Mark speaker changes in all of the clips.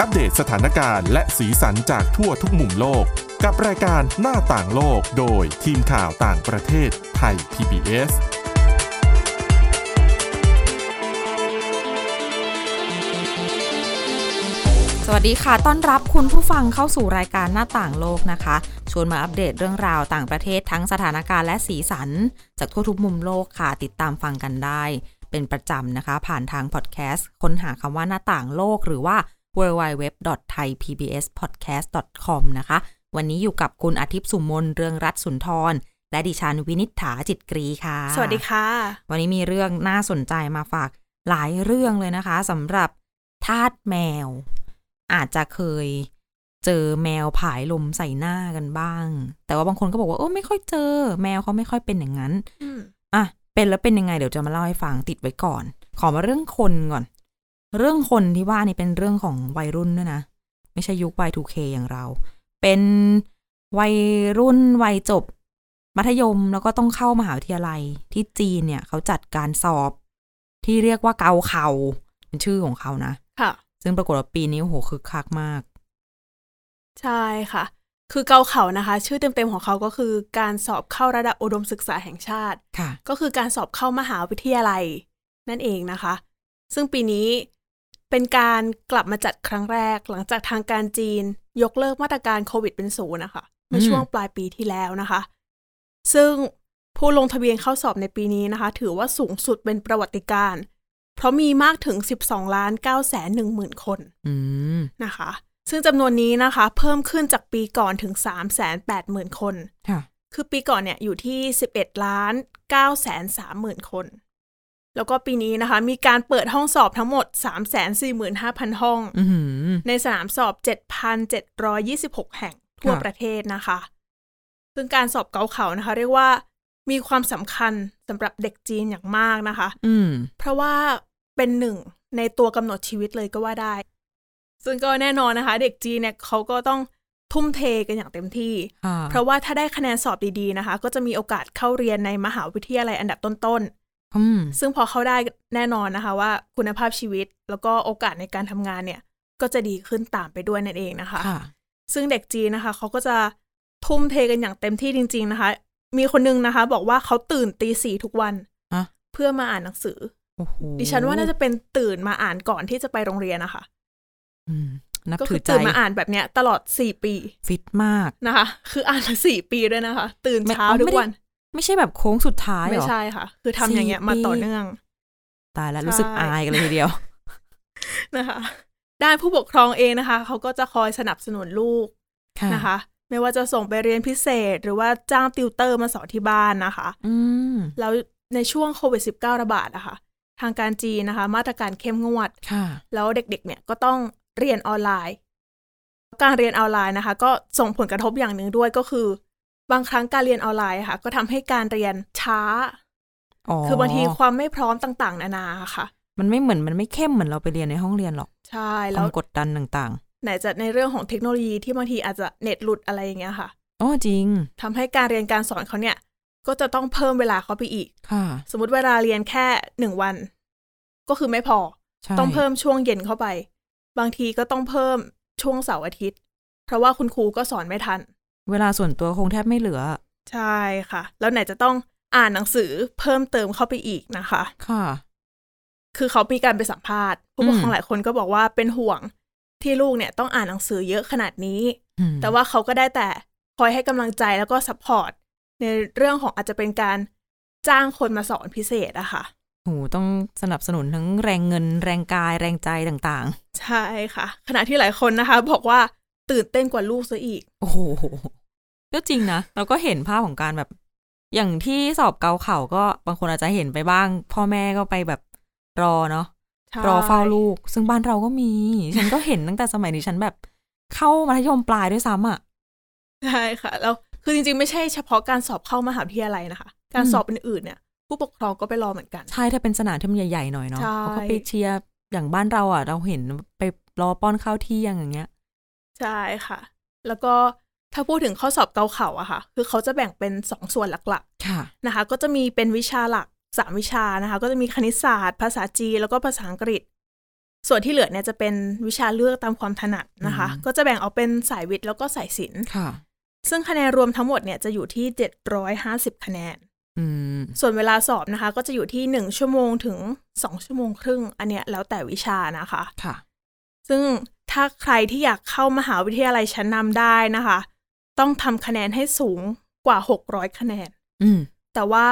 Speaker 1: อัปเดตสถานการณ์และสีสันจากทั่วทุกมุมโลก กับรายการหน้าต่างโลกโดยทีมข่าวต่างประเทศไทย PBS
Speaker 2: สวัสดีค่ะ ต้อนรับคุณผู้ฟังเข้าสู่รายการหน้าต่างโลกนะคะ ชวนมาอัปเดตเรื่องราวต่างประเทศทั้งสถานการณ์และสีสัน จากทั่วทุกมุมโลกค่ะ ติดตามฟังกันได้ เป็นประจำนะคะ ผ่านทางพอดแคสต์ค้นหาคำว่าหน้าต่างโลกหรือว่า w w w t h a i p b s p o d c a s t c o m นะคะ วันนี้อยู่กับคุณอาทิตย์สุมนเรืองรัตน์สุนทร และดิฉันวินิษฐาจิตกรีค่ะ
Speaker 3: สวัสดีค่ะ
Speaker 2: วันนี้มีเรื่องน่าสนใจมาฝากหลายเรื่องเลยนะคะสำหรับทาสแมว อาจจะเคยเจอแมวผายลมใส่หน้ากันบ้าง แต่ว่าบางคนก็บอกว่าเออไม่ค่อยเจอ แมวเขาไม่ค่อยเป็นอย่างนั้น อ่ะเป็นแล้วเป็นยังไงเดี๋ยวจะมาเล่าให้ฟังติดไว้ก่อน ขอมาเรื่องคนก่อน เรื่องคนที่ว่านี่เป็นเรื่องของวัยรุ่นด้วยนะ ไม่ใช่ยุค Y2K อย่างเรา เป็นวัยรุ่นวัยจบ มัธยมแล้วก็ต้องเข้ามหาวิทยาลัยที่จีนเนี่ยเขาจัดการสอบ ที่เรียกว่าเกาเข่าเป็นชื่อของเขานะ
Speaker 3: ค่ะ
Speaker 2: ซึ่งปรากฏว่าปีนี้โอ้โหคึกคักมาก
Speaker 3: ใช่ค่ะ คือเกาเขานะคะ ชื่อเต็มๆของเขาก็คือการสอบเข้าระดับอุดมศึกษาแห่งชาติ
Speaker 2: ค่ะ
Speaker 3: ก็คือการสอบเข้ามหาวิทยาลัย นั่นเองนะคะ ซึ่งปีนี้เป็นการกลับมาจัดครั้งแรก หลังจากทางการจีน ยกเลิกมาตรการโควิดเป็นศูนย์นะคะเมื่อช่วงปลายปีที่แล้วนะคะ ซึ่งผู้ลงทะเบียนเข้าสอบในปีนี้นะคะ ถือว่าสูงสุดเป็นประวัติการณ์เพราะมีมากถึง 12ล้าน9แสน1หมื่นคน
Speaker 2: อืม
Speaker 3: นะคะ ซึ่งจำนวนนี้นะคะ เพิ่มขึ้นจากปีก่อนถึง 380,000 คน
Speaker 2: ค่ะ
Speaker 3: คือปีก่อนเนี่ยอยู่ที่ 11ล้าน9แสน30,000 คน แล้วก็ปีนี้นะคะ มีการเปิดห้องสอบทั้งหมด 345,000 ห้อง
Speaker 2: อือหือ
Speaker 3: ในสนามสอบ 7,726 แห่งทั่ว
Speaker 2: ค่ะ
Speaker 3: ประเทศนะคะ ซึ่งการสอบเกาเขานะคะ เรียกว่ามีความสำคัญสำหรับเด็กจีนอย่างมากนะคะ
Speaker 2: อืม
Speaker 3: เพราะว่าเป็นหนึ่งในตัวกำหนดชีวิตเลยก็ว่าได้ ซึ่งก็แน่นอนนะคะ เด็กจีนเนี่ยเขาก็ต้องทุ่มเทกันอย่างเต็มที่
Speaker 2: ค่ะ
Speaker 3: เพราะว่าถ้าได้คะแนนสอบดีๆนะคะ ก็จะมีโอกาสเข้าเรียนในมหาวิทยาลัยอันดับต้น
Speaker 2: อืม
Speaker 3: ๆ ซึ่งพอเข้าได้แน่นอนนะคะ ว่าคุณภาพชีวิตแล้วก็โอกาสในการทำงานเนี่ย ก็จะดีขึ้นตามไปด้วยนั่นเองนะคะ
Speaker 2: ค่ะ
Speaker 3: ซึ่งเด็กจีนนะคะเขาก็จะทุ่มเทกันอย่างเต็มที่จริง ๆนะคะ มีคนนึงนะคะ บอกว่าเขาตื่นตีสี่ทุกวัน
Speaker 2: ฮะ
Speaker 3: เพื่อมาอ่านหนังสือ
Speaker 2: โอ้โห
Speaker 3: ดิฉันว่าน่าจะเป็นตื่นมาอ่านก่อนที่จะไปโรงเรียนนะคะ
Speaker 2: อืมนับ
Speaker 3: ก็
Speaker 2: ถื
Speaker 3: คือ อ
Speaker 2: ใจ
Speaker 3: ตื่นมาอ่านแบบเนี้ยตลอดสี่ปี
Speaker 2: ฟิตมาก
Speaker 3: นะคะ คืออ่านมาสี่ปีด้วยนะคะ ตื่น
Speaker 2: ไม่
Speaker 3: เช้า
Speaker 2: อ๋อ
Speaker 3: ทุ
Speaker 2: ไม่
Speaker 3: ก
Speaker 2: ได้
Speaker 3: วัน
Speaker 2: ไม่ใช่แบบโค้งสุดท้ายเห
Speaker 3: ไม่
Speaker 2: รอ
Speaker 3: ใช่ค่ะ คือทำอย่างเงี้ย
Speaker 2: สี่ปี
Speaker 3: มาต่อเนื่อง
Speaker 2: ตายแล้ว
Speaker 3: ใช่
Speaker 2: รู้สึกอายกันเลยทีเดียว
Speaker 3: นะคะ ด้านผู้ปกครองเองนะคะ เขาก็จะคอยสนับสนุนลูก
Speaker 2: ค่ะ
Speaker 3: นะคะ ไม่ว่าจะส่งไปเรียนพิเศษ หรือว่าจ้างติวเตอร์มาสอนที่บ้านนะคะ
Speaker 2: อืม
Speaker 3: แล้วในช่วงโควิด -19 ระบาดนะคะทางการจีนนะคะ มาตรการเข้มงวด
Speaker 2: ค่ะ
Speaker 3: แล้วเด็กๆ เนี่ยก็ต้องเรียนออนไลน์ การเรียนออนไลน์นะคะ ก็ส่งผลกระทบอย่างหนึ่งด้วยก็คือ บางครั้งการเรียนออนไลน์ค่ะ ก็ทำให้การเรียนช้า
Speaker 2: อ๋อ
Speaker 3: คือบางทีความไม่พร้อมต่าง ๆ นานาค่ะ
Speaker 2: มันไม่เหมือนมันไม่เข้มเหมือนเราไปเรียนในห้องเรียนหรอก
Speaker 3: ใช่แล้ว
Speaker 2: คาว มกดดันต่าง
Speaker 3: ไหนจะในเรื่องของเทคโนโลยีที่บางทีอาจจะเน็ตหลุดอะไรอย่างเงี้ยค่ะ
Speaker 2: ๆอ๋อจริง
Speaker 3: ทำให้การเรียนการสอนเขาเนี่ย ก็จะต้องเพิ่มเวลาเขาไปอีก
Speaker 2: ค่ะ
Speaker 3: สมมติเวลาเรียนแค่หนึ่งวัน ก็คือไม่พอ
Speaker 2: ใช่
Speaker 3: ต้องเพิ่มช่วงเย็นเข้าไป บางทีก็ต้องเพิ่มช่วงเสาร์อาทิตย์ เพราะว่าคุณครูก็สอนไม่ทัน
Speaker 2: เวลาส่วนตัวคงแทบไม่เหลือ
Speaker 3: ใช่ค่ะ แล้วไหนจะต้องอ่านหนังสือเพิ่มเติมเข้าไปอีกนะคะ
Speaker 2: ค่ะ
Speaker 3: คือเขามีการไปสัมภาษณ์ผู้ปกคร
Speaker 2: อื
Speaker 3: อง
Speaker 2: ม
Speaker 3: หลายคนก็บอกว่าเป็นห่วงที่ลูกเนี่ยต้องอ่านหนังสือเยอะขนาดนี้
Speaker 2: อืม
Speaker 3: แต่ว่าเขาก็ได้แต่คอยให้กำลังใจแล้วก็ซัพพอร์ตในเรื่องของอาจจะเป็นการจ้างคนมาสอนพิเศษอะค่ะ
Speaker 2: โหต้องสนับสนุนทั้งแรงเงินแรงกายแรงใจต่าง
Speaker 3: ใช่ค่ะ ขณะที่หลายคนนะคะ บอกว่าตื่นเต้นกว่าลูกซะอีก
Speaker 2: ๆ โอ้โหก็จริงนะเราก็เห็นภาพของการแบบ อย่างที่สอบเกาเข่าก็บางคนอาจจะเห็นไปบ้าง พ่อแม่ก็ไปแบบรอเนาะ
Speaker 3: ใช่
Speaker 2: รอเฝ้าลูก ซึ่งบ้านเราก็มี ฉันก็เห็นตั้งแต่สมัยนี้ฉันแบบ เข้ามัธยมปลายด้วยซ้ำอ่ะ
Speaker 3: ใช่ค่ะ แล้วคือจริงๆ ไม่ใช่เฉพาะการสอบเข้ามหาวิทยาลัยนะคะ การ
Speaker 2: อืม
Speaker 3: สอบอื่นๆเนี่ย ผู้ปกครองก็ไปรอเหมือนกัน
Speaker 2: ใช่ถ้าเป็นสนามที่มันใหญ่ ๆ หน่อยเนาะ
Speaker 3: ใช่
Speaker 2: เขาก็ไปเชียร์อย่างบ้านเราอ่ะ เราเห็นไปรอป้อนข้าวเที่ยงอย่างเงี้ย
Speaker 3: ใช่ค่ะ แล้วก็ถ้าพูดถึงข้อสอบเกาเข่าอะค่ะ คือเขาจะแบ่งเป็น 2 ส่วนหลัก
Speaker 2: ค่ะ
Speaker 3: ๆนะคะ ก็จะมีเป็นวิชาหลัก 3 วิชานะคะ ก็จะมีคณิตศาสตร์ ภาษาจีนแล้วก็ภาษาอังกฤษ ส่วนที่เหลือเนี่ยจะเป็นวิชาเลือกตามความถนัดนะคะ
Speaker 2: อืม
Speaker 3: ก็จะแบ่งออกเป็นสายวิทย์แล้วก็สายศิลป์
Speaker 2: ค่ะ
Speaker 3: ซึ่งคะแนนรวมทั้งหมดเนี่ยจะอยู่ที่ 750 คะแนน
Speaker 2: อืม
Speaker 3: ส่วนเวลาสอบนะคะ ก็จะอยู่ที่ 1 ชั่วโมงถึง 2 ชั่วโมงครึ่ง อันเนี้ยแล้วแต่วิชานะคะ
Speaker 2: ค่ะ
Speaker 3: ซึ่งถ้าใครที่อยากเข้ามหาวิทยาลัยชั้นนำได้นะคะ ต้องทำคะแนนให้สูงกว่า 600 คะแนน
Speaker 2: อืม
Speaker 3: แต่ว่า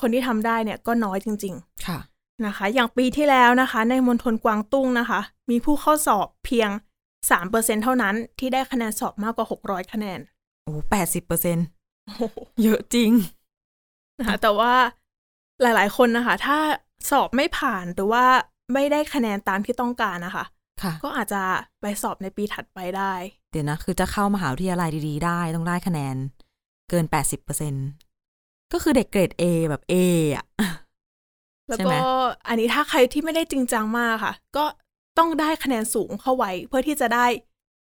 Speaker 3: คนที่ทำได้เนี่ยก็น้อยจริง
Speaker 2: ค่ะ
Speaker 3: ๆนะคะ อย่างปีที่แล้วนะคะ ในมณฑลกวางตุ้งนะคะ มีผู้เข้าสอบเพียง 3%เท่านั้นที่ได้คะแนนสอบมากกว่า 600 คะแนน
Speaker 2: โอ้แปดสิบเปอร์เซ็น
Speaker 3: โอ้โห
Speaker 2: เยอะจริง
Speaker 3: นะคะแต่ว่าหลาย ๆ คนนะคะ ถ้าสอบไม่ผ่านหรือว่าไม่ได้คะแนนตามที่ต้องการนะคะ
Speaker 2: ค่ะ
Speaker 3: ก็อาจจะไปสอบในปีถัดไปได้
Speaker 2: เดี๋ยวนะ คือจะเข้ามหาวิทยาลัยดีๆ ได้ ต้องได้คะแนน เกินแปดสิบเปอร์เซ็นก็คือเด็กเกรด A แบบ A อ่ะ
Speaker 3: แล้ว
Speaker 2: ใช่ไห
Speaker 3: ก็
Speaker 2: ม
Speaker 3: อันนี้ถ้าใครที่ไม่ได้จริงจังมากค่ะ ก็ต้องได้คะแนนสูงเข้าไว้ เพื่อที่จะได้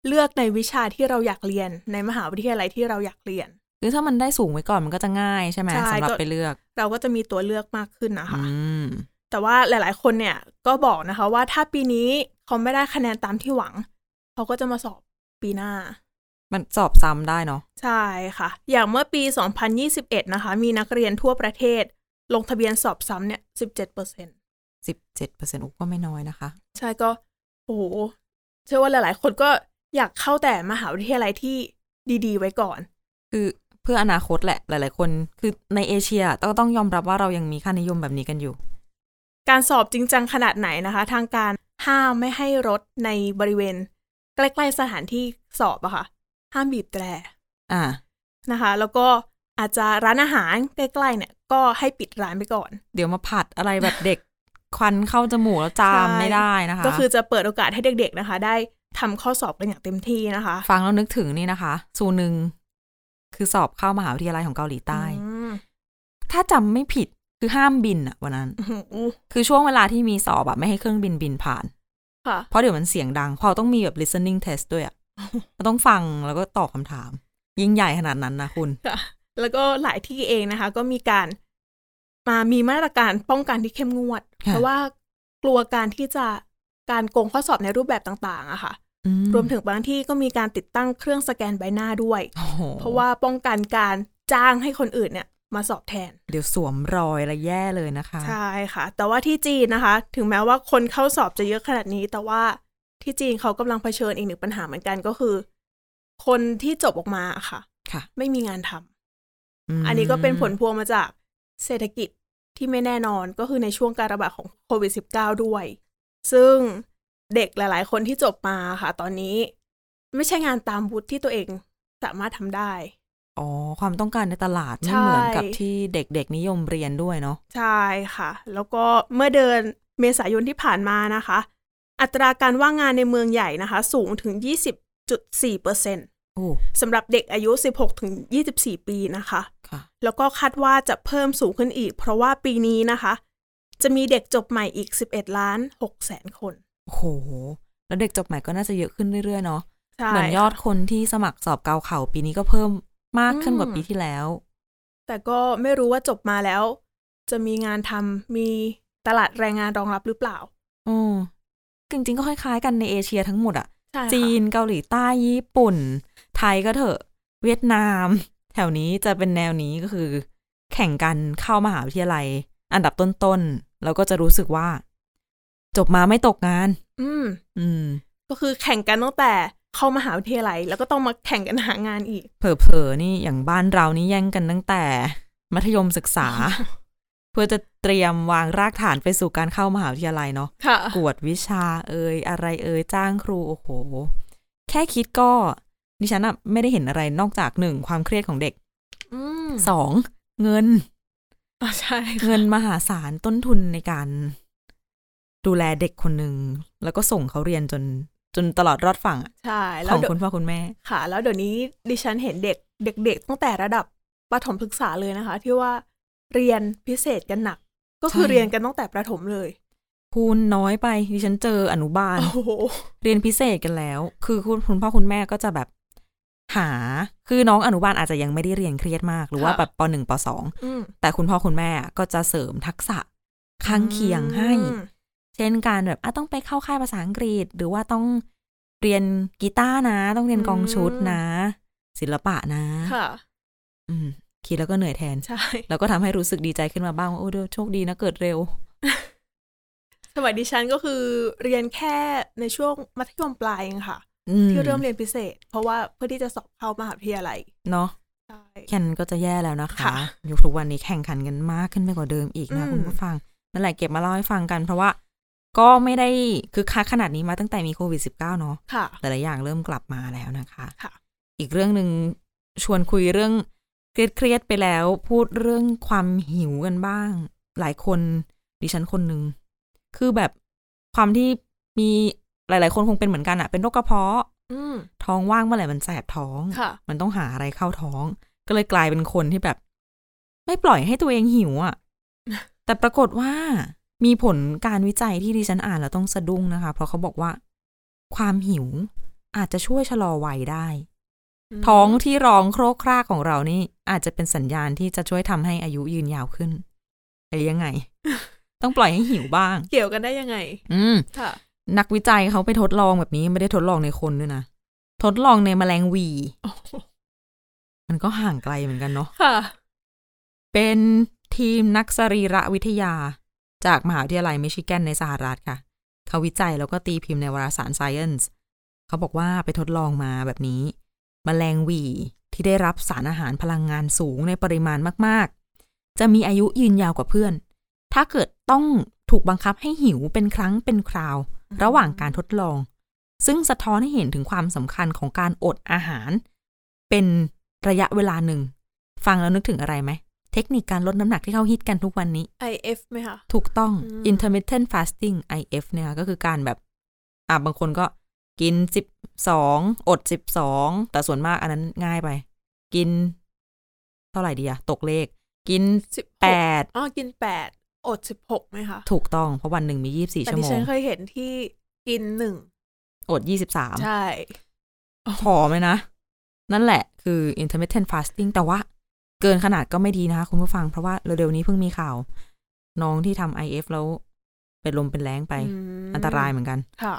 Speaker 3: เลือกในวิชาที่เราอยากเรียน ในมหาวิทยาลัยที่เราอยากเรียน
Speaker 2: คือถ้ามันได้สูงไว้ก่อนมันก็จะง่ายใช่ไหม
Speaker 3: ใช่
Speaker 2: สำหรับ
Speaker 3: ก็
Speaker 2: ไปเลือก
Speaker 3: เราก็จะมีตัวเลือกมากขึ้นนะคะ
Speaker 2: อืม
Speaker 3: แต่ว่าหลาย ๆ คนเนี่ยก็บอกนะคะว่าถ้าปีนี้เขาไม่ได้คะแนนตามที่หวังเขาก็จะมาสอบปีหน้า
Speaker 2: มันสอบซ้ำได้เนาะ
Speaker 3: ใช่ค่ะ อย่างเมื่อปี 2021 นะคะ มีนักเรียนทั่วประเทศ ลงทะเบียนสอบซ้ำเนี่ย 17%
Speaker 2: สิบเจ็ดเปอร์เซ็นต์ก็ไม่น้อยนะคะ
Speaker 3: ใช่ก็ โอ้โห เชื่อว่าหลาย ๆ คนก็อยากเข้าแต่มหาวิทยาลัยที่ดีๆ ไว้ก่อน
Speaker 2: คือเพื่ออนาคตแหละ หลาย ๆ คน คือในเอเชียต้องต้องยอมรับว่าเรายังมีค่านิยมแบบนี้กันอยู่
Speaker 3: การสอบจริงจังขนาดไหนนะคะ ทางการห้ามไม่ให้รถในบริเวณ ใกล้ ๆ สถานที่สอบอะค่ะ ห้ามบีบแตร
Speaker 2: อ่า
Speaker 3: นะคะ แล้วก็อาจจะร้านอาหารใกล้ ๆ เนี่ย ก็ให้ปิดร้านไปก่อน
Speaker 2: เดี๋ยวมาผัดอะไรแบบเด็ก ควันเข้าจมูกแล้วจาม
Speaker 3: ใช่
Speaker 2: ไม่ได้นะคะ
Speaker 3: ก็คือจะเปิดโอกาสให้เด็ก ๆ นะคะ ได้ทำข้อสอบกันอย่างเต็มที่นะคะ
Speaker 2: ฟังแล้วนึกถึงนี่นะคะ ซูนึง คือสอบเข้ามหาวิทยาลัยของเกาหลีใต้
Speaker 3: อืม
Speaker 2: ถ้าจำไม่ผิดคือห้ามบินอะวันนั้น
Speaker 3: อื้อหือ
Speaker 2: คือช่วงเวลาที่มีสอบอะไม่ให้เครื่องบินบินผ่าน
Speaker 3: ค่ะ
Speaker 2: เพราะเดี๋ยวมันเสียงดัง พอต้องมีแบบ listening test ด้วยอะก็ต้องฟังแล้วก็ตอบคำถาม ยิ่งใหญ่ขนาดนั้นนะคุณ
Speaker 3: แล้วก็หลายที่เองนะคะ ก็มีการมามีมาตรการป้องกันที่เข้มงวด
Speaker 2: ค่ะ
Speaker 3: เพราะว่ากลัวการที่จะการโกงข้อสอบในรูปแบบต่างๆอะค่ะ
Speaker 2: อื
Speaker 3: รวมถึงบางที่ก็มีการติดตั้งเครื่องสแกนใบหน้าด้วย
Speaker 2: โอ้โห
Speaker 3: เพราะว่าป้องกันการจ้างให้คนอื่นเนี่ย มาสอบแทน
Speaker 2: เดี๋ยวสวมรอยและแย่เลยนะคะ
Speaker 3: ใช่ค่ะ แต่ว่าที่จีนนะคะ ถึงแม้ว่าคนเข้าสอบจะเยอะขนาดนี้ แต่ว่าที่จีนเขากำลังเผชิญอีกหนึ่งปัญหาเหมือนกันก็คือ คนที่จบออกมาอะค่ะ
Speaker 2: ค่ะ
Speaker 3: ไม่มีงานทำ
Speaker 2: ม
Speaker 3: อันนี้ก็เป็นผลพวงมาจากเศรษฐกิจที่ไม่แน่นอนก็คือในช่วงการระบาดของโควิด -19 ด้วย ซึ่งเด็กหลาย ๆ คนที่จบมาค่ะ ตอนนี้ไม่ใช่งานตามวุฒิที่ตัวเองสามารถทำได้
Speaker 2: อ๋อ ความต้องการในตลาด
Speaker 3: ใช่
Speaker 2: ไม่เหมือนกับที่เด็กๆนิยมเรียนด้วยเนาะ
Speaker 3: ใช่ค่ะ แล้วก็เมื่อเดือนเมษายนที่ผ่านมานะคะ อัตราการว่างงานในเมืองใหญ่นะคะ สูงถึง 20.4%
Speaker 2: โอ้
Speaker 3: สำหรับเด็กอายุ 16-24 ปีนะคะ
Speaker 2: ค่ะ
Speaker 3: แล้วก็คาดว่าจะเพิ่มสูงขึ้นอีก เพราะว่าปีนี้นะคะ จะมีเด็กจบใหม่อีก 11 ล้าน6แสนคน
Speaker 2: โอ้โห แล้วเด็กจบใหม่ก็น่าจะเยอะขึ้นเรื่อยๆเนาะ
Speaker 3: ใช่
Speaker 2: เหมือนยอด
Speaker 3: ค่ะ
Speaker 2: คนที่สมัครสอบเกาเข่าปีนี้ก็เพิ่มมากขึ้นกว่า
Speaker 3: อืม
Speaker 2: ปีที่แล้ว
Speaker 3: แต่ก็ไม่รู้ว่าจบมาแล้ว จะมีงานทำมีตลาดแรงงานรองรับหรือเปล่า
Speaker 2: อือจริงๆก็คล้ายๆกันในเอเชียทั้งหมดอะ
Speaker 3: ใช่ค่ะ
Speaker 2: จีน เกาหลีใต้ ญี่ปุ่น ไทยก็เถอะ เวียดนาม แถวนี้จะเป็นแนวนี้ก็คือ แข่งกันเข้ามหาวิทยาลัย อันดับต้นๆ แล้วก็จะรู้สึกว่า จบมาไม่ตกงาน
Speaker 3: อืม
Speaker 2: อืม
Speaker 3: ก็คือแข่งกันตั้งแต่เข้ามหาวิทยาลัย แล้วก็ต้องมาแข่งกันหางานอีก
Speaker 2: เผลอๆ นี่อย่างบ้านเรานี่แย่งกันตั้งแต่ มัธยมศึกษา เพื่อจะเตรียมวางรากฐานไปสู่การเข้ามหาวิทยาลัยเนาะ
Speaker 3: ค่ะ
Speaker 2: กวดวิชาเอ่ยอะไรเอ่ยจ้างครูโอ้โห แค่คิดก็ดิฉันอะไม่ได้เห็นอะไรนอกจากหนึ่งความเครียดของเด็ก
Speaker 3: อืม
Speaker 2: สองเงิน
Speaker 3: อ่ะใช่ค่ะ
Speaker 2: เงินมหาศาลต้นทุนในการ ดูแลเด็กคนหนึ่ง แล้วก็ส่งเขาเรียนจนจนตลอดรอดฝั่งอะ
Speaker 3: ใช่
Speaker 2: ข
Speaker 3: แล้ว
Speaker 2: อง
Speaker 3: เดี๋ยว
Speaker 2: คุณพ่อคุณแม่
Speaker 3: ค่ะ แล้วเดี๋ยวนี้ดิฉันเห็นเด็ก เด็ก ๆ ตั้งแต่ระดับประถมศึกษาเลยนะคะ ที่ว่าเรียนพิเศษกันหนัก ก็คือ
Speaker 2: ใช่
Speaker 3: เรียนกันตั้งแต่ประถมเลย
Speaker 2: คูณน้อยไปดิฉันเจออนุบาล
Speaker 3: โอ้โห
Speaker 2: เรียนพิเศษกันแล้ว คือคุณคุณพ่อคุณแม่ก็จะแบบหา คือน้องอนุบาลอาจจะยังไม่ได้เรียนเครียดมาก หรือว่า
Speaker 3: ค่ะ
Speaker 2: แบบปหนึ่งปสอง
Speaker 3: อืม
Speaker 2: แต่คุณพ่อคุณแม่ก็จะเสริมทักษะข้างเคียงให้
Speaker 3: อืม
Speaker 2: เ ช่นการแบบอ่ะต้องไปเข้าค่ายภาษาอังกฤษ หรือว่าต้องเรียนกีตาร์นะ ต้องเรียนกองชุดนะ ศิลปะนะ
Speaker 3: ค่ะ
Speaker 2: อืมคิดแล้วก็เหนื่อยแทน
Speaker 3: ใช่
Speaker 2: แล้วก็ทำให้รู้สึกดีใจขึ้นมาบ้างว่าโอ้เดี๋ยวโชคดีนะเกิดเร็ว
Speaker 3: สมัยดิฉันก็คือเรียนแค่ในช่วงมัธยมปลายเองค่ะ
Speaker 2: อื
Speaker 3: ที่เริ่มเรียนพิเศษ เพราะว่าเพื่อที่จะสอบเข้ามหาวิทยาลัย
Speaker 2: เนาะ
Speaker 3: ใช่
Speaker 2: แข่งก็จะแย่แล้วนะคะ
Speaker 3: ค่ะ
Speaker 2: ยุคทุกวันนี้แข่งขันกันมากขึ้นไปกว่าเดิมอีกนะ
Speaker 3: อืม
Speaker 2: คุณผู้ฟังนั่นแหละเก็บมาเล่าให้ฟังกัน เพราะว่าก็ไม่ได้คือคักขนาดนี้มาตั้งแต่มีโควิด -19 เนาะ
Speaker 3: ค่ะ
Speaker 2: หลายๆอย่างเริ่มกลับมาแล้วนะคะ
Speaker 3: ค่ะ
Speaker 2: อีกเรื่องหนึ่งชวนคุยเรื่องเครียดๆไปแล้ว พูดเรื่องความหิวกันบ้าง หลายคนดิฉันคนหนึ่งคือแบบความที่มีหลาย ๆ คนคงเป็นเหมือนกันอะเป็นโรคกระเพาะ
Speaker 3: อืม
Speaker 2: ท้องว่างเมื่อไหร่มันแสบท้อง
Speaker 3: ค่ะ
Speaker 2: มันต้องหาอะไรเข้าท้อง ก็เลยกลายเป็นคนที่แบบ ไม่ปล่อยให้ตัวเองหิวอะ่ะ แต่ปรากฏว่ามีผลการวิจัยที่ดิฉันอ่านแล้วต้องสะดุ้งนะคะ เพราะเขาบอกว่า ความหิวอาจจะช่วยชะลอวัยได้ ท้องที่ร้องโครกครากของเรานี่ อาจจะเป็นสัญญาณที่จะช่วยทำให้อายุยืนยาวขึ้นหรือยังไง ต้องปล่อยให้หิวบ้าง
Speaker 3: เกี่ยวกันได้ยังไง
Speaker 2: อืม
Speaker 3: ค่ะ
Speaker 2: นักวิจัยเขาไปทดลองแบบนี้ไม่ได้ทดลองในคนด้วยนะทดลองในแมลงหวี มันก็ห่างไกลเหมือนกันเนาะ
Speaker 3: ค่ะ
Speaker 2: เป็นทีมนักสรีระวิทยา จากมหาวิทยาลัยมิชิแกนในสหรัฐค่ะ เขาวิจัยแล้วก็ตีพิมพ์ในวารสาร Science เขาบอกว่าไปทดลองมาแบบนี้ แมลงหวีที่ได้รับสารอาหารพลังงานสูงในปริมาณมาก ๆ จะมีอายุยืนยาวกว่าเพื่อน ถ้าเกิดต้องถูกบังคับให้หิวเป็นครั้งเป็นคราว ระหว่างการทดลอง ซึ่งสะท้อนให้เห็นถึงความสำคัญของการอดอาหาร เป็นระยะเวลาหนึ่ง ฟังแล้วนึกถึงอะไรไหม เทคนิคการลดน้ำหนักที่เขาฮิตกันทุกวันนี้
Speaker 3: IF ไหมคะ
Speaker 2: ถูกต้อง
Speaker 3: อืม
Speaker 2: intermittent fasting IF เนี่ยค่ะก็คือการแบบ อ่ะบางคนก็กินสิบสองอดสิบสองแต่ส่วนมากอันนั้นง่ายไป กิน เท่าไหร่ดีอะตกเลข กิน
Speaker 3: สิบ
Speaker 2: แปด
Speaker 3: อ๋อ กินแปดอดสิบหกไหมคะ
Speaker 2: ถูกต้องเพราะวันหนึ่งมียี่บสี่
Speaker 3: แต่
Speaker 2: ชั่ว
Speaker 3: ดิ
Speaker 2: โม
Speaker 3: ฉั
Speaker 2: ง
Speaker 3: นเคยเห็นที่กินหนึ่ง
Speaker 2: อดยี่สิบสาม
Speaker 3: ใช่
Speaker 2: ผอมเลยนะ นั่นแหละคือ intermittent fasting แต่ว่าเกินขนาดก็ไม่ดีนะคะคุณผู้ฟัง เพราะว่าเร็วๆนี้เพิ่งมีข่าว น้องที่ทำ IF แล้ว เป็นลมเป็นแรงไป
Speaker 3: ม
Speaker 2: อันตรายเหมือนกัน
Speaker 3: ค่ะ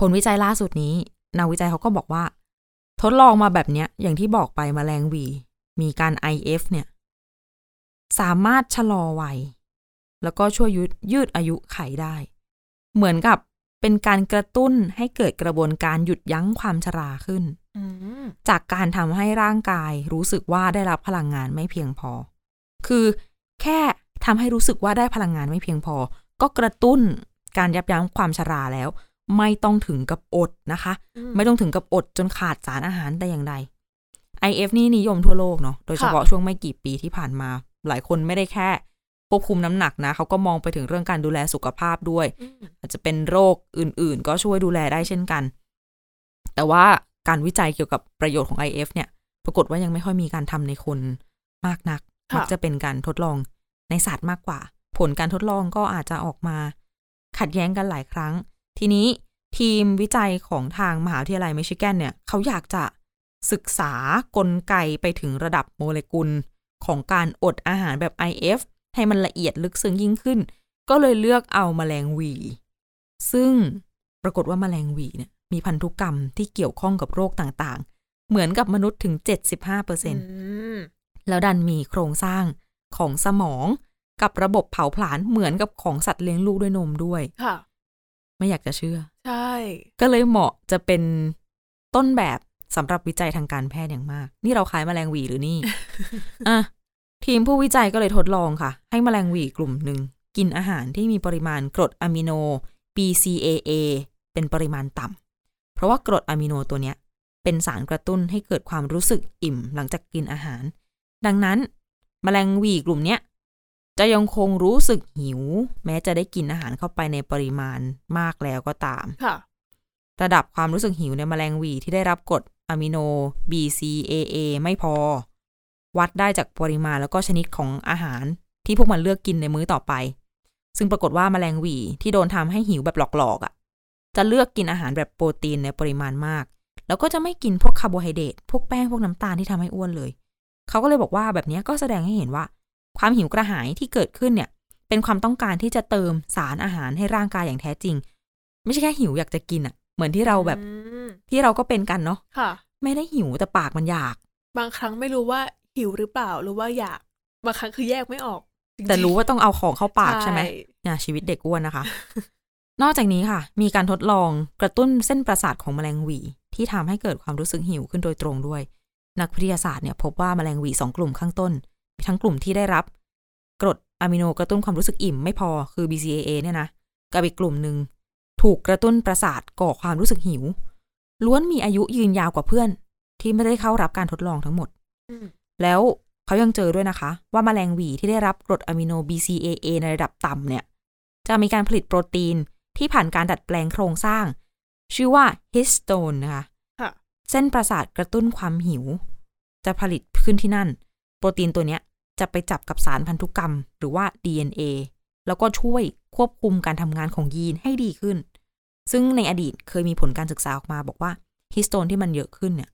Speaker 2: ผลวิจัยล่าสุดนี้นักวิจัยเขาก็บอกว่า ทดลองมาแบบเนี้ย อย่างที่บอกไปมแมลงหวี มีการ IF เนี่ย สามารถชะลอวัย แล้วก็ช่วยยืดยืดอายุไขได้ เหมือนกับเป็นการกระตุ้นให้เกิดกระบวนการหยุดยั้งความชราขึ้น
Speaker 3: อืม
Speaker 2: จากการทำให้ร่างกายรู้สึกว่าได้รับพลังงานไม่เพียงพอ คือแค่ทำให้รู้สึกว่าได้พลังงานไม่เพียงพอ ก็กระตุ้นการยับยั้งความชราแล้ว ไม่ต้องถึงกับอดนะคะ
Speaker 3: อืม
Speaker 2: ไม่ต้องถึงกับอดจนขาดสารอาหารแต่อย่างใด IF นี่นิยมทั่วโลกเนาะ โดยเฉพาะช่วงไม่กี่ปีที่ผ่านมา หลายคนไม่ได้แค่ควบคุมน้ำหนักนะ เขาก็มองไปถึงเรื่องการดูแลสุขภาพด้วย
Speaker 3: อืม
Speaker 2: อาจจะเป็นโรคอื่น ๆ ก็ช่วยดูแลได้เช่นกัน แต่ว่าการวิจัยเกี่ยวกับประโยชน์ของ IF เนี่ย ปรากฏว่ายังไม่ค่อยมีการทำในคนมากนัก
Speaker 3: ค่ะ
Speaker 2: มักจะเป็นการทดลองในสัตว์มากกว่า ผลการทดลองก็อาจจะออกมา ขัดแย้งกันหลายครั้ง ทีนี้ทีมวิจัยของทางมหาวิทยาลัยมิชิแกนเนี่ย เขาอยากจะศึกษากลไกไปถึงระดับโมเลกุลของการอดอาหารแบบ IF ให้มันละเอียดลึกซึ้งยิ่งขึ้น ก็เลยเลือกเอาแมลงหวี ซึ่งปรากฏว่าแมลงหวีเนี่ยมีพันธุกรรมที่เกี่ยวข้องกับโรคต่างๆ เหมือนกับมนุษย์ถึง 75%เปอร์เซ็นต
Speaker 3: อืม
Speaker 2: แล้วดันมีโครงสร้างของสมองกับระบบเผาผลาญเหมือนกับของสัตว์เลี้ยงลูกด้วยนมด้วย
Speaker 3: ค่ะ
Speaker 2: ไม่อยากจะเชื่อ
Speaker 3: ใช่
Speaker 2: ก็เลยเหมาะจะเป็นต้นแบบสำหรับวิจัยทางการแพทย์อย่างมาก นี่เราขายแมลงหวีหรือนี่ อ่ะทีมผู้วิจัยก็เลยทดลองค่ะ ให้แมลงหวีกลุ่มหนึ่ง กินอาหารที่มีปริมาณกรดอะมิโน BCAA เป็นปริมาณต่ำเพราะว่ากรดอะมิโนตัวเนี้ย เป็นสารกระตุ้นให้เกิดความรู้สึกอิ่มหลังจากกินอาหาร ดังนั้น แมลงหวีกลุ่มเนี้ยจะยังคงรู้สึกหิว แม้จะได้กินอาหารเข้าไปในปริมาณมากแล้วก็ตาม
Speaker 3: ค่ะ
Speaker 2: ระดับความรู้สึกหิวในแมลงหวีที่ได้รับกรดอะมิโน BCAA ไม่พอ วัดได้จากปริมาณแล้วก็ชนิดของอาหารที่พวกมันเลือกกินในมื้อต่อไป ซึ่งปรากฏว่าแมลงหวีที่โดนทำให้หิวแบบหลอกๆอ่ะ จะเลือกกินอาหารแบบโปรตีนในปริมาณมาก แล้วก็จะไม่กินพวกคาร์โบไฮเดรตพวกแป้งพวกน้ำตาลที่ทำให้อ้วนเลย เขาก็เลยบอกว่าแบบเนี้ยก็แสดงให้เห็นว่า ความหิวกระหายที่เกิดขึ้นเนี่ย เป็นความต้องการที่จะเติมสารอาหารให้ร่างกายอย่างแท้จริง ไม่ใช่แค่หิวอยากจะกินอะเหมือนที่เราแบบ
Speaker 3: อืม
Speaker 2: ที่เราก็เป็นกันเนาะ
Speaker 3: ค่ะ
Speaker 2: ไม่ได้หิวแต่ปากมันอยาก
Speaker 3: บางครั้งไม่รู้ว่าหิวหรือเปล่าหรือว่าอยากบางครั้งคือแยกไม่ออกจงๆ
Speaker 2: แต่รู้ว่าต้องเอาของเข้าปากใช่ไหม นะชีวิตเด็กอ้วนนะคะ นอกจากนี้ค่ะ มีการทดลองกระตุ้นเส้นประสาทของแมลงหวี ที่ทำให้เกิดความรู้สึกหิวขึ้นโดยตรงด้วย นักวิทยาศาสตร์เนี่ยพบว่าแมลงหวีสองกลุ่มข้างต้น มีทั้งกลุ่มที่ได้รับ กรดอะมิโนกระตุ้นความรู้สึกอิ่มไม่พอคือ BCAA เนี่ยนะกับอีกกลุ่มหนึ่งถูกกระตุ้นประสาทก่อความรู้สึกหิว ล้วนมีอายุยืนยาวกว่าเพื่อน ที่ไม่ได้เข้ารับการทดลองทั้งหมด
Speaker 3: อืม
Speaker 2: แล้วเขายังเจอด้วยนะคะ ว่าแมลงหวีที่ได้รับกรดอะมิโน BCAA ในระดับต่ำเนี่ย จะมีการผลิตโปรตีนที่ผ่านการดัดแปลงโครงสร้าง ชื่อว่าฮิสโตนนะคะ
Speaker 3: ค่ะ
Speaker 2: เส้นประสาทกระตุ้นความหิว จะผลิตขึ้นที่นั่น โปรตีนตัวเนี้ยจะไปจับกับสารพันธุกรรม หรือว่า DNA แล้วก็ช่วยควบคุมการทำงานของยีนให้ดีขึ้น ซึ่งในอดีตเคยมีผลการศึกษาออกมาบอกว่าฮิสโตนที่มันเยอะขึ้นเนี่ย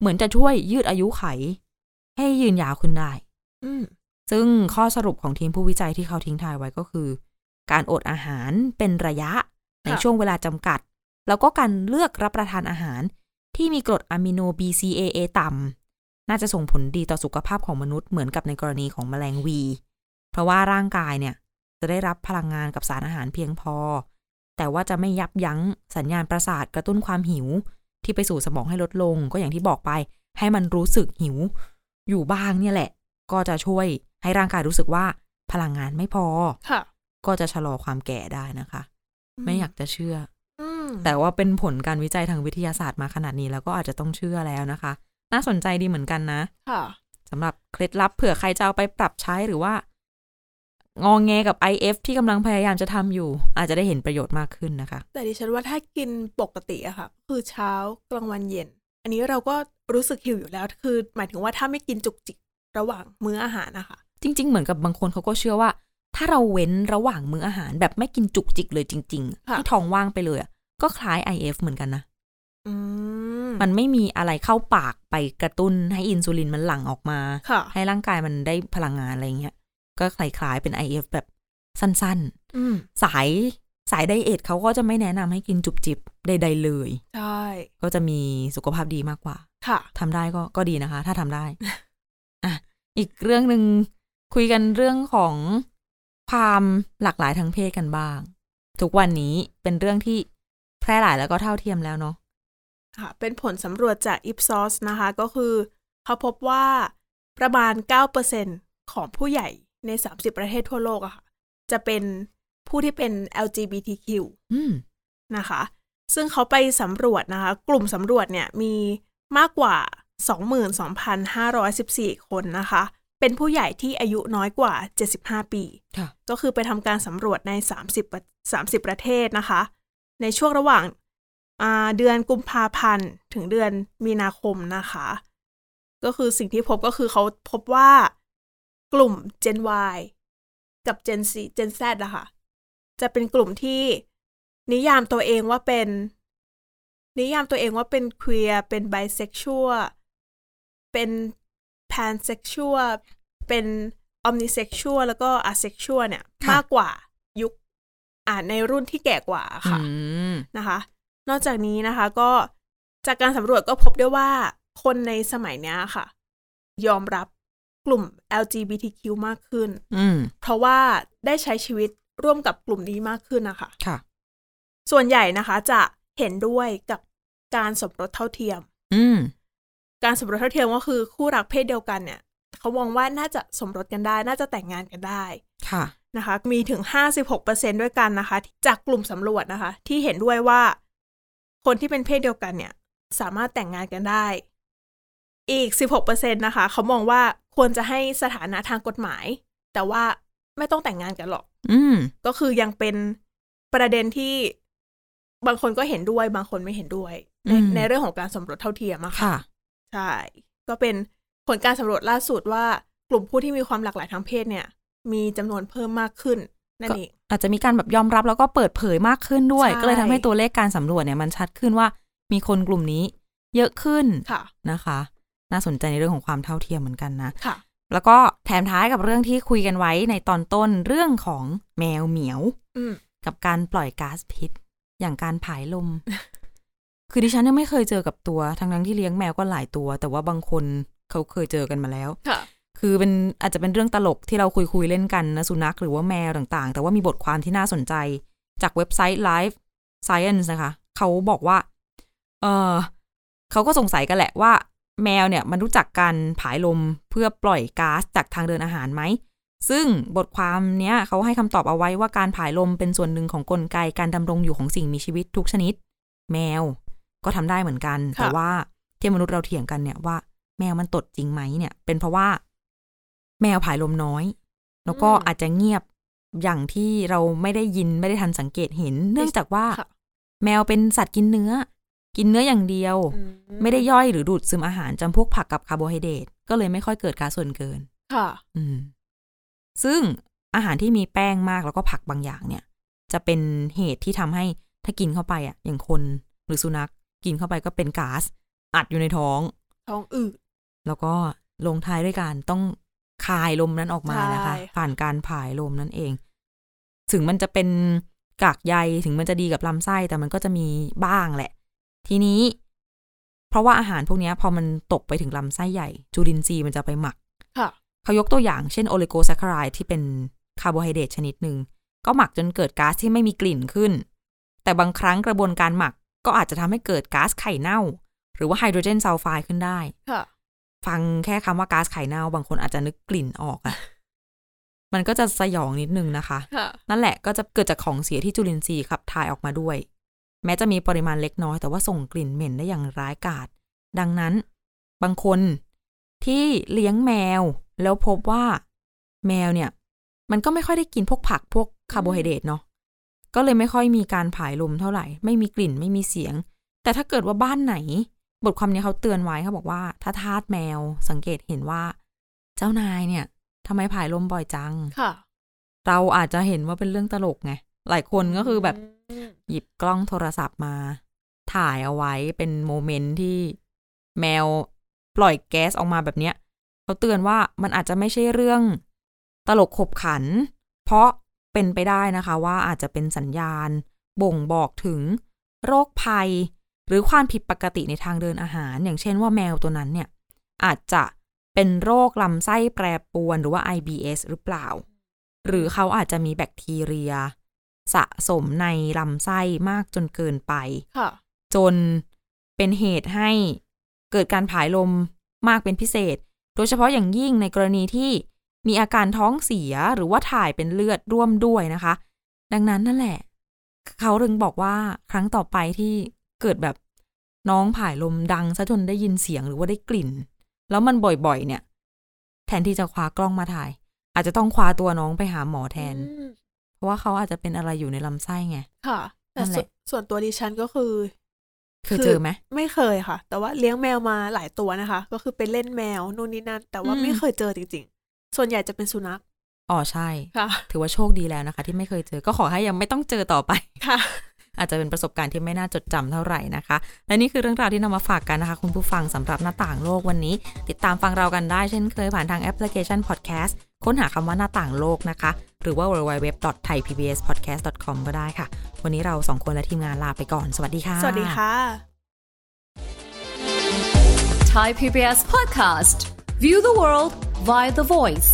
Speaker 2: เหมือนจะช่วยยืดอายุไข ให้ยืนยาวขึ้นได้
Speaker 3: อืม
Speaker 2: ซึ่งข้อสรุปของทีมผู้วิจัยที่เขาทิ้งทายไว้ก็คือ การอดอาหารเป็นระยะในช่วงเวลาจำกัด แล้วก็การเลือกรับประทานอาหาร ที่มีกรดอะมิโน BCAA ต่ำน่าจะส่งผลดีต่อสุขภาพของมนุษย์เหมือนกับในกรณีของแมลงวี เพราะว่าร่างกายเนี่ย จะได้รับพลังงานกับสารอาหารเพียงพอ แต่ว่าจะไม่ยับยั้งสัญญาณประสาทกระตุ้นความหิว ที่ไปสู่สมองให้ลดลง ก็อย่างที่บอกไป ให้มันรู้สึกหิว อยู่บ้างเนี่ยแหละ ก็จะช่วยให้ร่างกายรู้สึกว่าพลังงานไม่พอ
Speaker 3: ค่ะ
Speaker 2: ก็จะชะลอความแก่ได้นะคะ ไม่อยากจะเชื่อ
Speaker 3: อืม
Speaker 2: แต่ว่าเป็นผลการวิจัยทางวิทยาศาสตร์มาขนาดนี้แล้วก็อาจจะต้องเชื่อแล้วนะคะ น่าสนใจดีเหมือนกันนะ
Speaker 3: ค่ะ
Speaker 2: สำหรับเคล็ดลับเผื่อใครจะเอาไปปรับใช้หรือว่างองแงกับ IF ที่กำลังพยายามจะทำอยู่ อาจจะได้เห็นประโยชน์มากขึ้นนะคะ
Speaker 3: แต่ดิฉันว่าถ้ากินปกติอะค่ะ คือเช้ากลางวันเย็น อันนี้เราก็รู้สึกหิวอยู่แล้ว คือ หมายถึงว่าถ้าไม่กินจุกจิกระหว่างมื้ออาหารนะคะ
Speaker 2: จริง ๆ เหมือนกับบางคนเขาก็เชื่อว่า ถ้าเราเว้นระหว่างมื้ออาหารแบบไม่กินจุกจิกเลยจริงๆ
Speaker 3: ค่ะ
Speaker 2: ที่ท้องว่างไปเลยอะก็คล้าย IF เหมือนกันนะ
Speaker 3: อืม
Speaker 2: มันไม่มีอะไรเข้าปากไปกระตุ้นให้อินซูลินมันหลั่งออกมา
Speaker 3: ค่ะ
Speaker 2: ให้ร่างกายมันได้พลังงานอะไรเงี้ย ก็คล้ายๆเป็น IF แบบสั้น
Speaker 3: อืม
Speaker 2: ๆ สายสายไดเอทเขาก็จะไม่แนะนำให้กินจุบจิบใดๆเลย
Speaker 3: ใช่
Speaker 2: ก็จะมีสุขภาพดีมากกว่า
Speaker 3: ค่ะ
Speaker 2: ทำได้ก็ก็ดีนะคะ ถ้าทำได้ อ่ะอีกเรื่องหนึ่งคุยกันเรื่องของความหลากหลายทางเพศกันบ้าง ทุกวันนี้เป็นเรื่องที่แพร่หลายแล้วก็เท่าเทียมแล้วเนาะ
Speaker 3: ค่ะ เป็นผลสำรวจจาก Ipsos นะคะ ก็คือเขาพบว่าประมาณ 9%ของผู้ใหญ่ใน 30 ประเทศทั่วโลกอะค่ะ จะเป็นผู้ที่เป็น LGBTQ
Speaker 2: อืม
Speaker 3: นะคะ ซึ่งเขาไปสำรวจนะคะ กลุ่มสำรวจเนี่ยมีมากกว่า 22,514 คนนะคะ เป็นผู้ใหญ่ที่อายุน้อยกว่า 75 ปี
Speaker 2: ค่ะ
Speaker 3: ก็คือไปทำการสำรวจใน 30ประ30 ประเทศนะคะ ในช่วงระหว่างอ่าเดือนกุมภาพันธ์ ถึงเดือนมีนาคมนะคะ ก็คือสิ่งที่พบก็คือเขาพบว่ากลุ่ม Gen Y กับ Gen C Gen Z นะคะจะเป็นกลุ่มที่นิยามตัวเองว่าเป็น นิยามตัวเองว่าเป็น queer เป็น bisexual เป็น pansexual เป็น omnisexual แล้วก็ asexual เนี่ย
Speaker 2: ค่ะ
Speaker 3: มากกว่ายุคอ่าในรุ่นที่แก่กว่าค่ะ
Speaker 2: อืม
Speaker 3: นะคะ นอกจากนี้นะคะก็จากการสำรวจก็พบได้ว่าคนในสมัยเนี้ยค่ะ ยอมรับกลุ่ม LGBTQ มากขึ้น
Speaker 2: อืม
Speaker 3: เพราะว่าได้ใช้ชีวิตร่วมกับกลุ่มนี้มากขึ้นนะคะ
Speaker 2: ค่ะ
Speaker 3: ส่วนใหญ่นะคะจะเห็นด้วยกับการสมรสเท่าเทียม
Speaker 2: อืม
Speaker 3: การสมรสเท่าเทียมก็คือคู่รักเพศเดียวกันเนี่ยเขามองว่าน่าจะสมรสกันได้ น่าจะแต่งงานกันได้
Speaker 2: ค่ะ
Speaker 3: นะคะมีถึง 56%ด้วยกันนะคะ จากกลุ่มสำรวจนะคะ ที่เห็นด้วยว่า คนที่เป็นเพศเดียวกันเนี่ย สามารถแต่งงานกันได้ อีก 16%นะคะ เขามองว่าควรจะให้สถานะทางกฎหมาย แต่ว่าไม่ต้องแต่งงานกันหรอก
Speaker 2: อืม
Speaker 3: ก็คือยังเป็นประเด็นที่บางคนก็เห็นด้วย บางคนไม่เห็นด้วย ในในเรื่องของการสมรสเท่าเทียมอะค่ะ
Speaker 2: ค่ะ
Speaker 3: ใช่ ก็เป็นผลการสำรวจล่าสุดว่ากลุ่มผู้ที่มีความหลากหลายทางเพศเนี่ย มีจำนวนเพิ่มมากขึ้นนั่นเอง
Speaker 2: อาจจะมีการแบบยอมรับแล้วก็เปิดเผยมากขึ้นด้วย
Speaker 3: ใช่
Speaker 2: ก็เลยทำให้ตัวเลขการสำรวจเนี่ยมันชัดขึ้นว่า มีคนกลุ่มนี้ เยอะขึ้น
Speaker 3: ค่ะ
Speaker 2: นะคะ น่าสนใจในเรื่องของความเท่าเทียมเหมือนกันนะ
Speaker 3: ค่ะ
Speaker 2: แล้วก็แถมท้ายกับเรื่องที่คุยกันไว้ในตอนต้นเรื่องของแมวเหมียว
Speaker 3: อืม
Speaker 2: กับการปล่อยก๊าซพิษ อย่างการผายลม คือดิฉันเนี่ยไม่เคยเจอกับตัว ทั้งทั้งๆที่เลี้ยงแมวก็หลายตัว แต่ว่าบางคนเขาเคยเจอกันมาแล้ว
Speaker 3: ค่ะ
Speaker 2: คือเป็นอาจจะเป็นเรื่องตลกที่เราคุยคุยๆเล่นกันนะสุนัขหรือว่าแมวต่างๆ แต่ว่ามีบทความที่น่าสนใจ จากเว็บไซต์ Life Science นะคะ เขาบอกว่า เออเขาก็สงสัยกันแหละว่า แมวเนี่ยมันรู้จักการผายลมเพื่อปล่อยก๊าซจากทางเดินอาหารไหม ซึ่งบทความเนี้ยเขาให้คำตอบเอาไว้ว่าการผายลมเป็นส่วนหนึ่งของกลไกการดำรงอยู่ของสิ่งมีชีวิตทุกชนิด แมวก็ทำได้เหมือนกัน แต่
Speaker 3: ค่ะ
Speaker 2: ว่าที่มนุษย์เราเถียงกันเนี่ยว่า แมวมันตดจริงไหมเนี่ย เป็นเพราะว่า แมวผายลมน้อย แล้วก็
Speaker 3: อืม
Speaker 2: อาจจะเงียบอย่างที่เราไม่ได้ยินไม่ได้ทันสังเกตเห็น เนื่องจากว่า
Speaker 3: ค่ะ
Speaker 2: แมวเป็นสัตว์กินเนื้อ กินเนื้ออย่างเดียว
Speaker 3: อื
Speaker 2: ไม่ได้ย่อยหรือดูดซึมอาหารจำพวกผักกับคาร์โบไฮเดรตก็เลยไม่ค่อยเกิดการส่วนเกิน
Speaker 3: ค่ะ
Speaker 2: อืม ซึ่งอาหารที่มีแป้งมากแล้วก็ผักบางอย่างเนี่ย จะเป็นเหตุที่ทำให้ถ้ากินเข้าไปอ่ะ อย่างคนหรือสุนัขกินเข้าไปก็เป็นก๊าซอัดอยู่ในท้อง
Speaker 3: ท้องอืด
Speaker 2: แล้วก็ลงท้ายด้วยการต้องคายลมนั้นออกมานะคะ
Speaker 3: ใช่ค่ะ
Speaker 2: ผ่านการผายลมนั่นเอง ถึงมันจะเป็นกากใยถึงมันจะดีกับลำไส้แต่มันก็จะมีบ้างแหละ ทีนี้ เพราะว่าอาหารพวกเนี้ยพอมันตกไปถึงลำไส้ใหญ่ จุลินทรีย์มันจะไปหมัก
Speaker 3: ค่ะ
Speaker 2: เขายกตัวอย่างเช่นโอลิโกแซคคารายที่เป็นคาร์โบไฮเดรตชนิดหนึ่ง ก็หมักจนเกิดก๊าซที่ไม่มีกลิ่นขึ้น แต่บางครั้งกระบวนการหมักก็อาจจะทำให้เกิดก๊าซไข่เน่า หรือว่าไฮโดรเจนซัลไฟด์ขึ้นได้
Speaker 3: ค่ะ
Speaker 2: ฟังแค่คำว่าก๊าซไข่เน่า บางคนอาจจะนึกกลิ่นออกอะ มันก็จะสยองนิดนึงนะคะ
Speaker 3: ค่ะ
Speaker 2: นั่นแหละก็จะเกิดจากของเสียที่จุลินทรีย์ขับถ่ายออกมาด้วย แม้จะมีปริมาณเล็กน้อย แต่ว่าส่งกลิ่นเหม็นได้อย่างร้ายกาจดังนั้น บางคนที่เลี้ยงแมว แล้วพบว่าแมวเนี่ย มันก็ไม่ค่อยได้กินพวกผักพวกคาร์โบไฮเดรตเนาะก็เลยไม่ค่อยมีการผายลมเท่าไหร่ ไม่มีกลิ่นไม่มีเสียง แต่ถ้าเกิดว่าบ้านไหน บทความเนี้เขาเตือนไว้เขาบอกว่า ถ้าทาสแมวสังเกตเห็นว่า เจ้านายเนี่ยทำไมผายลมบ่อยจัง
Speaker 3: ค่ะ
Speaker 2: เราอาจจะเห็นว่าเป็นเรื่องตลกไง หลายคนก็คือแบบ
Speaker 3: ม
Speaker 2: หยิบกล้องโทรศัพท์มา ถ่ายเอาไว้เป็นโมเมนต์ที่แมวปล่อยแก๊สออกมาแบบเนี้ยเขาเตือนว่ามันอาจจะไม่ใช่เรื่องตลกขบขัน เพราะเป็นไปได้นะคะว่าอาจจะเป็นสัญญาณ บ่งบอกถึงโรคภัย หรือความผิดปกติในทางเดินอาหาร อย่างเช่นว่าแมวตัวนั้นเนี่ย อาจจะเป็นโรคลำไส้แปรปรวนหรือว่า IBS หรือเปล่า หรือเขาอาจจะมีแบคทีเรีย สะสมในลำไส้มากจนเกินไป
Speaker 3: ค่ะ
Speaker 2: จนเป็นเหตุให้เกิดการผายลมมากเป็นพิเศษ โดยเฉพาะอย่างยิ่งในกรณีที่มีอาการท้องเสียหรือว่าถ่ายเป็นเลือดร่วมด้วยนะคะ ดังนั้นนั่นแหละ เขาถึงบอกว่าครั้งต่อไปที่เกิดแบบน้องผายลมดังซะจนได้ยินเสียงหรือว่าได้กลิ่น แล้วมันบ่อยๆ เนี่ย แทนที่จะคว้ากล้องมาถ่าย อาจจะต้องคว้าตัวน้องไปหาหมอแทน
Speaker 3: อืม
Speaker 2: เพราะว่าเขาอาจจะเป็นอะไรอยู่ในลำไส้ไง
Speaker 3: ค่ะ แต่
Speaker 2: นั่นแห
Speaker 3: ส่ว
Speaker 2: ละ
Speaker 3: นส่วนตัวดิฉันก็คือ
Speaker 2: เคยเจอไหม
Speaker 3: ไม่เคยค่ะ แต่ว่าเลี้ยงแมวมาหลายตัวนะคะ ก็คือไปเล่นแมวนู่นนี่นั่น แต่ว่า
Speaker 2: อืม
Speaker 3: ไม่เคยเจอจริงๆ ส่วนใหญ่จะเป็นสุนัข
Speaker 2: อ๋อใช่
Speaker 3: ค่ะ
Speaker 2: ถือว่าโชคดีแล้วนะคะ ที่ไม่เคยเจอก็ขอให้ยังไม่ต้องเจอต่อไป
Speaker 3: ค่ะ
Speaker 2: อาจจะเป็นประสบการณ์ที่ไม่น่าจดจำเท่าไหร่นะคะ และนี่คือเรื่องราวที่นำมาฝากกันนะคะ คุณผู้ฟังสำหรับหน้าต่างโลกวันนี้ ติดตามฟังเรากันได้เช่นเคยผ่านทางแอปพลิเคชัน Podcast ค้นหาคำว่าหน้าต่างโลกนะคะ หรือว่า www.thaipbspodcast.com ก็ได้ค่ะ วันนี้เราสองคนและทีมงานลาไปก่อนสวัสดีค่ะ
Speaker 3: สวัสดีค่ะ
Speaker 4: Thai PBS podcast. View the world via the voice.